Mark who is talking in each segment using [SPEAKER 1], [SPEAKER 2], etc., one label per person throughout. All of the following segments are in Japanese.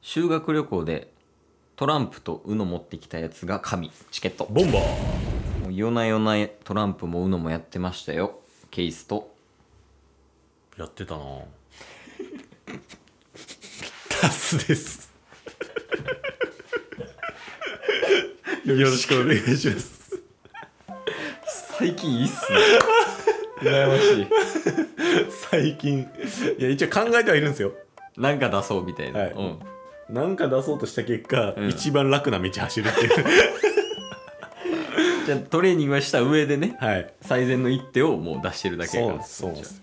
[SPEAKER 1] 修学旅行でトランプとウノ持ってきたやつが神チケット
[SPEAKER 2] ボンバー
[SPEAKER 1] もう夜な夜なトランプもウノもやってましたよケイスと
[SPEAKER 2] やってたなタスです よろしくお願いします
[SPEAKER 1] 最近いいっすね 羨ましい
[SPEAKER 2] 最近いや一応考えてはいるんですよ
[SPEAKER 1] なんか出そうみたいな、
[SPEAKER 2] はい
[SPEAKER 1] うん、
[SPEAKER 2] なんか出そうとした結果、
[SPEAKER 1] うん
[SPEAKER 2] 一番楽な道走るって いう
[SPEAKER 1] じゃあトレーニングはした上でね
[SPEAKER 2] はい
[SPEAKER 1] 最善の一手をもう出してるだけ
[SPEAKER 2] そう
[SPEAKER 1] が
[SPEAKER 2] ですそうです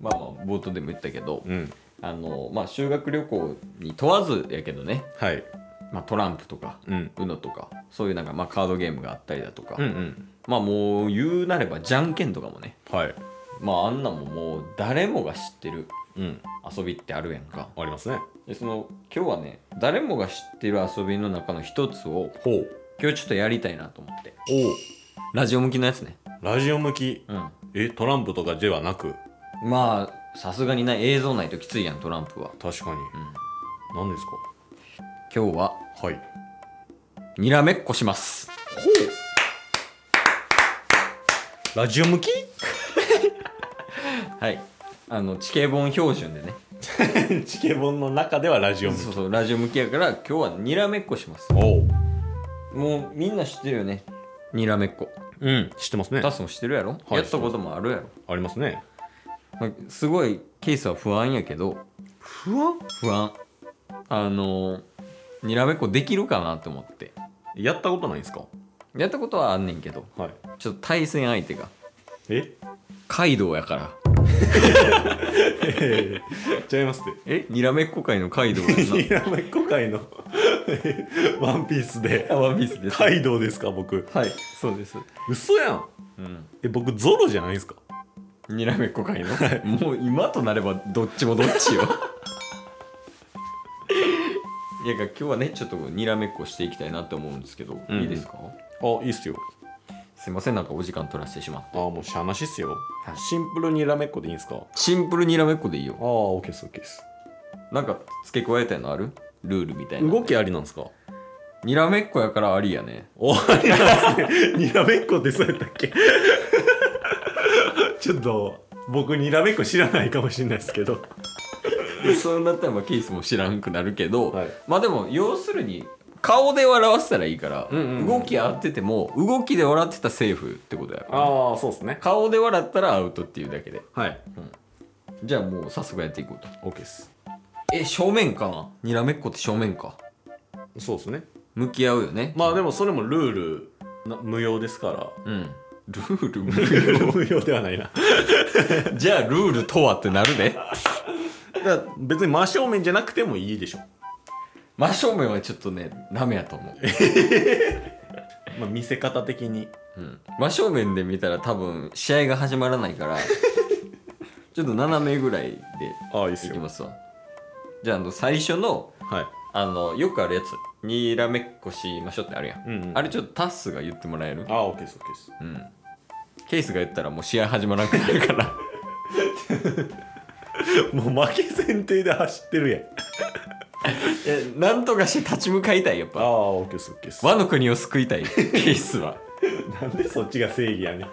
[SPEAKER 1] まあまあ冒頭でも言ったけど、
[SPEAKER 2] うん
[SPEAKER 1] あのまあ修学旅行に問わずやけどね、
[SPEAKER 2] はい
[SPEAKER 1] まあ、トランプとか、
[SPEAKER 2] うん
[SPEAKER 1] ウノとかそういうなんかまあカードゲームがあったりだとか、
[SPEAKER 2] うんうん
[SPEAKER 1] まあもう言うなればじゃんけんとかもね
[SPEAKER 2] はい
[SPEAKER 1] まああんなもんもう誰もが知ってる
[SPEAKER 2] うん
[SPEAKER 1] 遊びってあるやんか
[SPEAKER 2] ありますね
[SPEAKER 1] でその今日はね誰もが知ってる遊びの中の一つを
[SPEAKER 2] ほう
[SPEAKER 1] 今日ちょっとやりたいなと思って
[SPEAKER 2] おう
[SPEAKER 1] ラジオ向きのやつね
[SPEAKER 2] ラジオ向き
[SPEAKER 1] うん
[SPEAKER 2] えトランプとかではなく
[SPEAKER 1] まあさすがにない映像ないときついやんトランプは
[SPEAKER 2] 確かに、何ですか
[SPEAKER 1] 今日は
[SPEAKER 2] はい
[SPEAKER 1] にらめっこします
[SPEAKER 2] ほうラジオ向き
[SPEAKER 1] はいあの地形本標準でね
[SPEAKER 2] チケボンの中ではラジオ向き
[SPEAKER 1] そうそうラジオ向きやから今日はにらめっこします
[SPEAKER 2] おう
[SPEAKER 1] もうみんな知ってるよねにらめっこ
[SPEAKER 2] うん知ってますね
[SPEAKER 1] タスも知ってるやろ、
[SPEAKER 2] はい
[SPEAKER 1] やったこともあるやろ、
[SPEAKER 2] ありますね
[SPEAKER 1] まあすごいケースは不安やけど
[SPEAKER 2] 不安
[SPEAKER 1] 不安あのーにらめっこできるかなと思って
[SPEAKER 2] やったことないんですか
[SPEAKER 1] やったことはあんねんけど
[SPEAKER 2] はい
[SPEAKER 1] ちょっと対戦相手が
[SPEAKER 2] え
[SPEAKER 1] カイドウやから
[SPEAKER 2] ちゃいます って
[SPEAKER 1] えにらめっこ界のカイドウ やんな
[SPEAKER 2] にらめっこ界の ワンピースで
[SPEAKER 1] ワンピースです
[SPEAKER 2] カイドウですか僕
[SPEAKER 1] はいそうです
[SPEAKER 2] 嘘やん
[SPEAKER 1] うん
[SPEAKER 2] え僕ゾロじゃないですか
[SPEAKER 1] にらめっこ界のもう今となればどっちもどっ ちよいや今日はねちょっとにらめっこしていきたいなと思うんですけど、
[SPEAKER 2] うん
[SPEAKER 1] いいですか
[SPEAKER 2] あいいっすよ
[SPEAKER 1] すいませんなんかお時間取らせてしまって
[SPEAKER 2] あもうしゃなしっすよ
[SPEAKER 1] はい
[SPEAKER 2] シンプルにらめっこでいいんですかあ
[SPEAKER 1] シンプルにらめっこでいいよ
[SPEAKER 2] あオッケーですオッケーです
[SPEAKER 1] なんか付け加えたいのあるルールみたいな
[SPEAKER 2] 動きありなんですか
[SPEAKER 1] にらめっこやからありやね
[SPEAKER 2] おありなんですねにらめっこってそうやったっけ ちょっと僕にらめっこ知らないかもしれないですけど
[SPEAKER 1] そうなったらまあケースも知らんくなるけど、
[SPEAKER 2] はい
[SPEAKER 1] まあでも要するに顔で笑わせたらいいから、
[SPEAKER 2] うんうんうん
[SPEAKER 1] 動き合ってても動きで笑ってたらセーフってことやから
[SPEAKER 2] ああそうですね
[SPEAKER 1] 顔で笑ったらアウトっていうだけで
[SPEAKER 2] はい
[SPEAKER 1] じゃあもう早速やっていこうと
[SPEAKER 2] オッケーです
[SPEAKER 1] え正面かなにらめっこって正面か
[SPEAKER 2] そうですね
[SPEAKER 1] 向き合うよね
[SPEAKER 2] まあでもそれもルールな無用ですから
[SPEAKER 1] うんルール
[SPEAKER 2] ル
[SPEAKER 1] 無
[SPEAKER 2] ール 無用ではないな
[SPEAKER 1] 理じゃあルールとはってなるで
[SPEAKER 2] だから別に真正面じゃなくてもいいでしょ、
[SPEAKER 1] 真正面はちょっとねダメやと思う
[SPEAKER 2] まあ、見せ方的に
[SPEAKER 1] うん真正面で見たら多分試合が始まらない からちょっと斜めぐらいで
[SPEAKER 2] ああいいっ
[SPEAKER 1] いきますわじゃああの最初の
[SPEAKER 2] はい
[SPEAKER 1] あのよくあるやつにらめっこしましょうってあるやん、
[SPEAKER 2] うんうん
[SPEAKER 1] あれちょっとタッスが言ってもらえる
[SPEAKER 2] ああオッケーですオッケーです
[SPEAKER 1] うんケースが言ったらもう試合始まらなくなるから
[SPEAKER 2] もう負け前提で走ってるやん
[SPEAKER 1] いやなんとかして立ち向かいたいやっ
[SPEAKER 2] あ
[SPEAKER 1] ぱ
[SPEAKER 2] あオッケーですオッケーです
[SPEAKER 1] 和の国を救いたいケースは
[SPEAKER 2] なんでそっちが正義やねん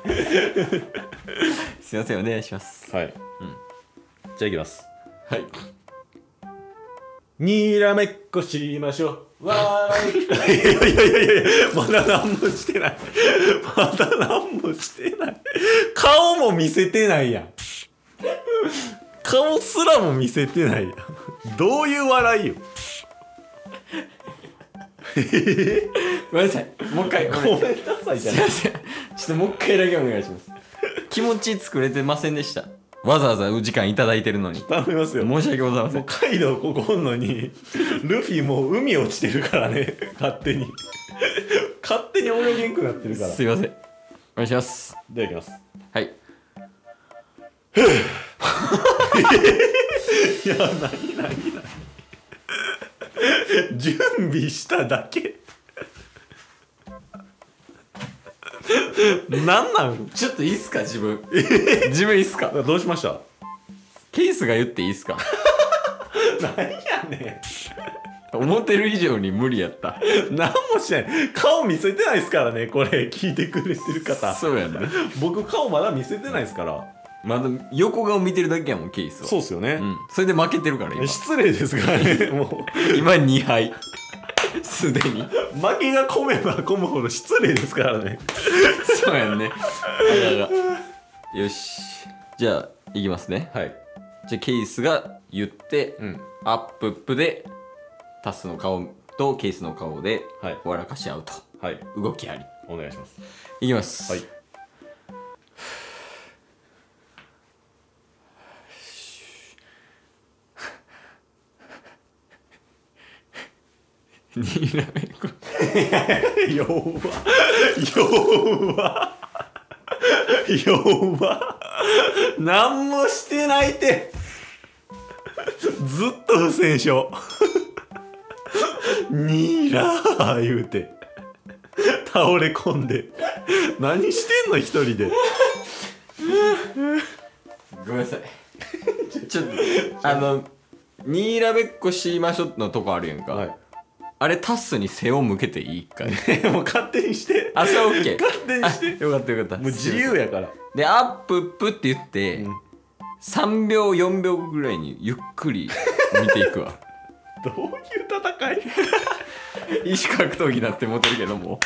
[SPEAKER 1] すいませんお願いします
[SPEAKER 2] はい、じゃあいきます
[SPEAKER 1] はい
[SPEAKER 2] にらめっこしましょうわーいいやいやいやいやまだ何もしてないまだ何もしてない顔も見せてないやん顔すらも見せてないやんどういう笑いよ
[SPEAKER 1] ごめんなさいもう一回
[SPEAKER 2] ご
[SPEAKER 1] ご
[SPEAKER 2] め
[SPEAKER 1] め
[SPEAKER 2] ん
[SPEAKER 1] ん
[SPEAKER 2] なさいじゃ
[SPEAKER 1] すい
[SPEAKER 2] ない
[SPEAKER 1] ませんちょっともう一回だけお願いします気持ち作れてませんでしたわざわざお時間いただいてるのに申
[SPEAKER 2] 頼みますよも
[SPEAKER 1] し訳ございませ
[SPEAKER 2] うんカイドウここおんのにルフィもう海落ちてるからね勝手に勝手に泳げんくなってるから
[SPEAKER 1] すいませんお願いします
[SPEAKER 2] ではいきます
[SPEAKER 1] はい
[SPEAKER 2] 準備しただけなんなん
[SPEAKER 1] ちょっといいっすか自分 自分いいっすか
[SPEAKER 2] どうしました
[SPEAKER 1] ケースが言っていいっすか
[SPEAKER 2] なんやね
[SPEAKER 1] 思ってる以上に無理やった
[SPEAKER 2] 何もしてない顔見せてないですからねこれ聞いてくれてる方
[SPEAKER 1] そうやね
[SPEAKER 2] 僕顔まだ見せてないですから
[SPEAKER 1] まだ横顔見てるだけやもんケースは
[SPEAKER 2] そうっすよね
[SPEAKER 1] う、ん、それで負けてるから今
[SPEAKER 2] 失礼ですからねも
[SPEAKER 1] 今2敗 すでに
[SPEAKER 2] う負けが込めば込むほど失礼ですからね
[SPEAKER 1] そうやんねあららよしじゃあいきますね
[SPEAKER 2] はい
[SPEAKER 1] じゃあケースが言って、
[SPEAKER 2] うん
[SPEAKER 1] アップアップでタスの顔とケースの顔で
[SPEAKER 2] はい
[SPEAKER 1] 笑かし合うと、
[SPEAKER 2] はい
[SPEAKER 1] 動きあり
[SPEAKER 2] お願いします
[SPEAKER 1] いきます
[SPEAKER 2] はい
[SPEAKER 1] にらめっこ
[SPEAKER 2] 弱弱弱何もしてないってずっと不戦勝にらー言うて倒れ込んで何してんの一人で
[SPEAKER 1] ごめんなさい ちょっとあの「にらめっこしましょ」のとこあるやんか、あれタスに背を向けていい一回
[SPEAKER 2] もう勝手にして
[SPEAKER 1] あそれは OK
[SPEAKER 2] 勝手にして
[SPEAKER 1] よかったよかった
[SPEAKER 2] もう自由やから
[SPEAKER 1] でアップップって言って、
[SPEAKER 2] うん
[SPEAKER 1] 3秒4秒ぐらいにゆっくり見ていくわ
[SPEAKER 2] どういう戦い
[SPEAKER 1] 意志格闘技になって思ってるけども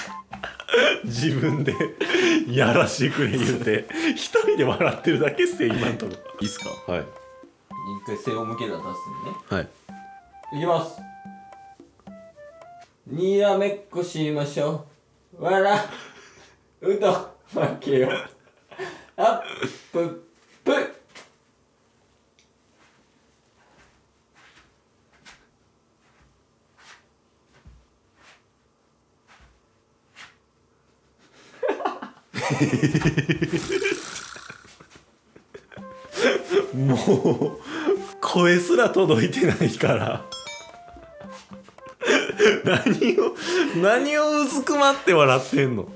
[SPEAKER 2] 自分でやらしてくれ言うて一人で笑ってるだけっすよ今んとこ
[SPEAKER 1] いいっすか
[SPEAKER 2] はい
[SPEAKER 1] 一回背を向けたタスにね
[SPEAKER 2] はい
[SPEAKER 1] いきますにらめっこしましょうわらうと負けよあっぷっぷ
[SPEAKER 2] もう声すら届いてないから何を何をうずくまって笑ってんの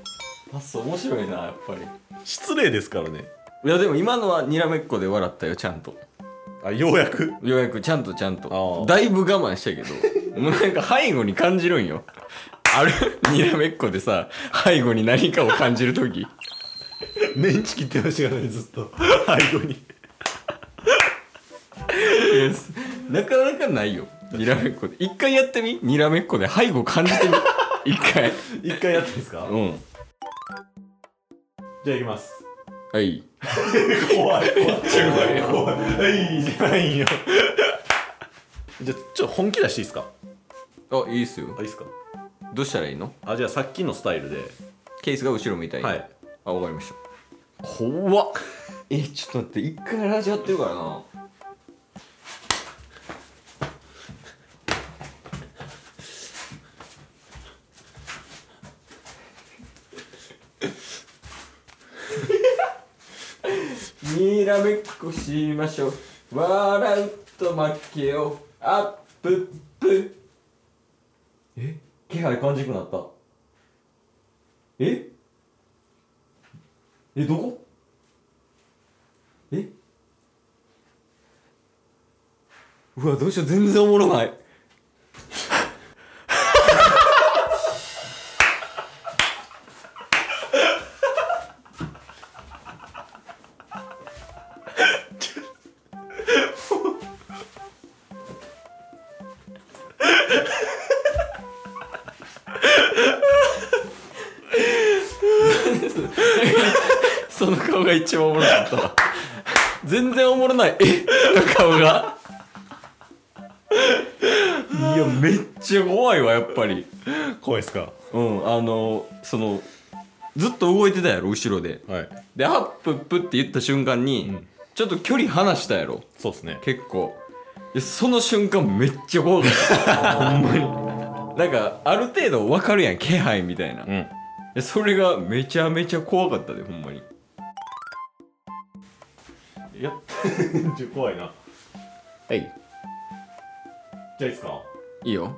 [SPEAKER 1] タス面白いなやっぱり
[SPEAKER 2] 失礼ですからね
[SPEAKER 1] いやでも今のはにらめっこで笑ったよちゃんと
[SPEAKER 2] あようやく
[SPEAKER 1] ようやくちゃんとちゃん
[SPEAKER 2] あ
[SPEAKER 1] と
[SPEAKER 2] あ
[SPEAKER 1] だいぶ我慢したけどもうなんか背後に感じるんよあれにらめっこでさ背後に何かを感じる時
[SPEAKER 2] メンチ切ってましたからねずっと背後に
[SPEAKER 1] なかなかないよにらめっこで一回やってみにらめっこで背後感じてみ一回
[SPEAKER 2] 一回やっていいですか
[SPEAKER 1] うん
[SPEAKER 2] じゃあいきます
[SPEAKER 1] はい
[SPEAKER 2] 怖い怖い
[SPEAKER 1] ちゃ怖いよ
[SPEAKER 2] 怖いいいじゃないよじゃあちょっと本気出していいですか
[SPEAKER 1] あいいっすよ
[SPEAKER 2] あいいですか
[SPEAKER 1] どうしたらいいの
[SPEAKER 2] あじゃあさっきのスタイルで
[SPEAKER 1] ケースが後ろみたいに、
[SPEAKER 2] はい
[SPEAKER 1] あわかりました怖っ えちょっと待って一回ラジオやってるからなにらめっこしましょう笑うと負けようアップップえ気配感じなくなったええどこえうわどうしよう全然おもろない その顔が一番おもろかったわ 全然おもろないえ の顔 がいやめっちゃ怖いわやっぱり
[SPEAKER 2] 怖いですか
[SPEAKER 1] うんあのそのずっと動いてたやろ後ろで
[SPEAKER 2] はい
[SPEAKER 1] でアップップって言った瞬間に、
[SPEAKER 2] うん
[SPEAKER 1] ちょっと距離離したやろ
[SPEAKER 2] そうですね
[SPEAKER 1] 結構いやその瞬間めっちゃ怖かった ほんまになんかある程度分かるやん気配みたいな、
[SPEAKER 2] うん
[SPEAKER 1] でそれがめちゃめちゃ怖かったでほんまに
[SPEAKER 2] いや ちょ怖いな
[SPEAKER 1] はい
[SPEAKER 2] じゃあいいですか
[SPEAKER 1] いいよ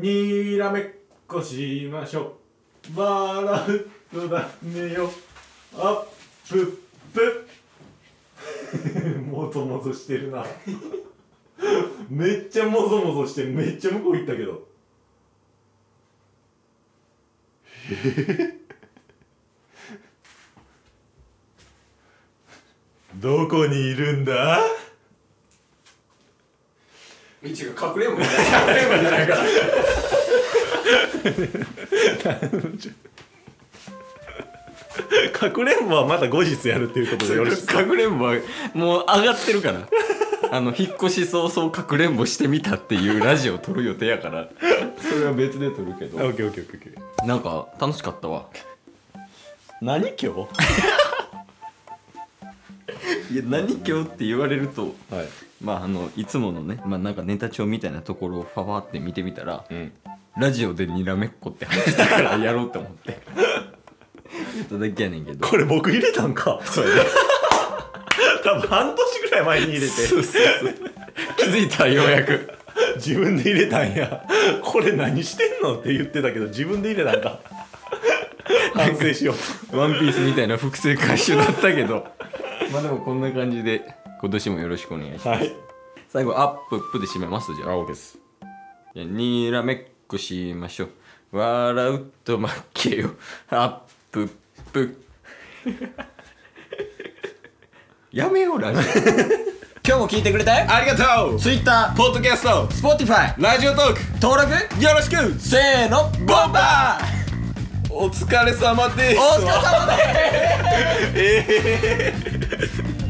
[SPEAKER 2] にらめっこしましょう笑うとダメよアップップもともとしてるなめっちゃもぞもぞしてめっちゃ向こう行ったけどどこにいるんだ
[SPEAKER 3] 一が隠れんぼ隠れんぼじゃないから
[SPEAKER 2] かくれんぼはまた後日やるっていうことでよろしいですか
[SPEAKER 1] かくれんぼはもう上がってるからあの引っ越し早々かくれんぼしてみたっていうラジオ撮る予定やからそれは別で撮るけ
[SPEAKER 2] オ
[SPEAKER 1] ど
[SPEAKER 2] ッケーオッケーオッケーオッケー
[SPEAKER 1] なんか楽しかったわ
[SPEAKER 2] 何 今
[SPEAKER 1] いや何今日って言われると
[SPEAKER 2] 日はい
[SPEAKER 1] まああのいつものね、まあ、なんかネタ帳みたいなところをファファって見てみたら
[SPEAKER 2] うん
[SPEAKER 1] ラジオでにらめっこって話した からやろうと思って言っただけやねんけど
[SPEAKER 2] これ僕入れたんか
[SPEAKER 1] そうやね
[SPEAKER 2] 多分半年ぐらい前に入れて
[SPEAKER 1] そうそうそう気づいたようやく
[SPEAKER 2] 自分で入れたんやこれ何してんのって言ってたけど自分で入れたん だ反省しよう
[SPEAKER 1] ワンピースみたいな複製回収だったけどまあでもこんな感じで今年もよろしくお願いします
[SPEAKER 2] はい
[SPEAKER 1] 最後アップアップで締めますじゃあ
[SPEAKER 2] オです
[SPEAKER 1] いやにらめっこしましょう笑うと負けよアップップ やめようラ ジオ今日も聞いてくれたよ
[SPEAKER 2] ありがとう
[SPEAKER 1] Twitter、
[SPEAKER 2] ポッドキャスト
[SPEAKER 1] Spotify
[SPEAKER 2] ラジオトーク
[SPEAKER 1] 登録
[SPEAKER 2] よろしく
[SPEAKER 1] せーのボンバー
[SPEAKER 2] お疲れ様です
[SPEAKER 1] お疲れ様です
[SPEAKER 2] ええ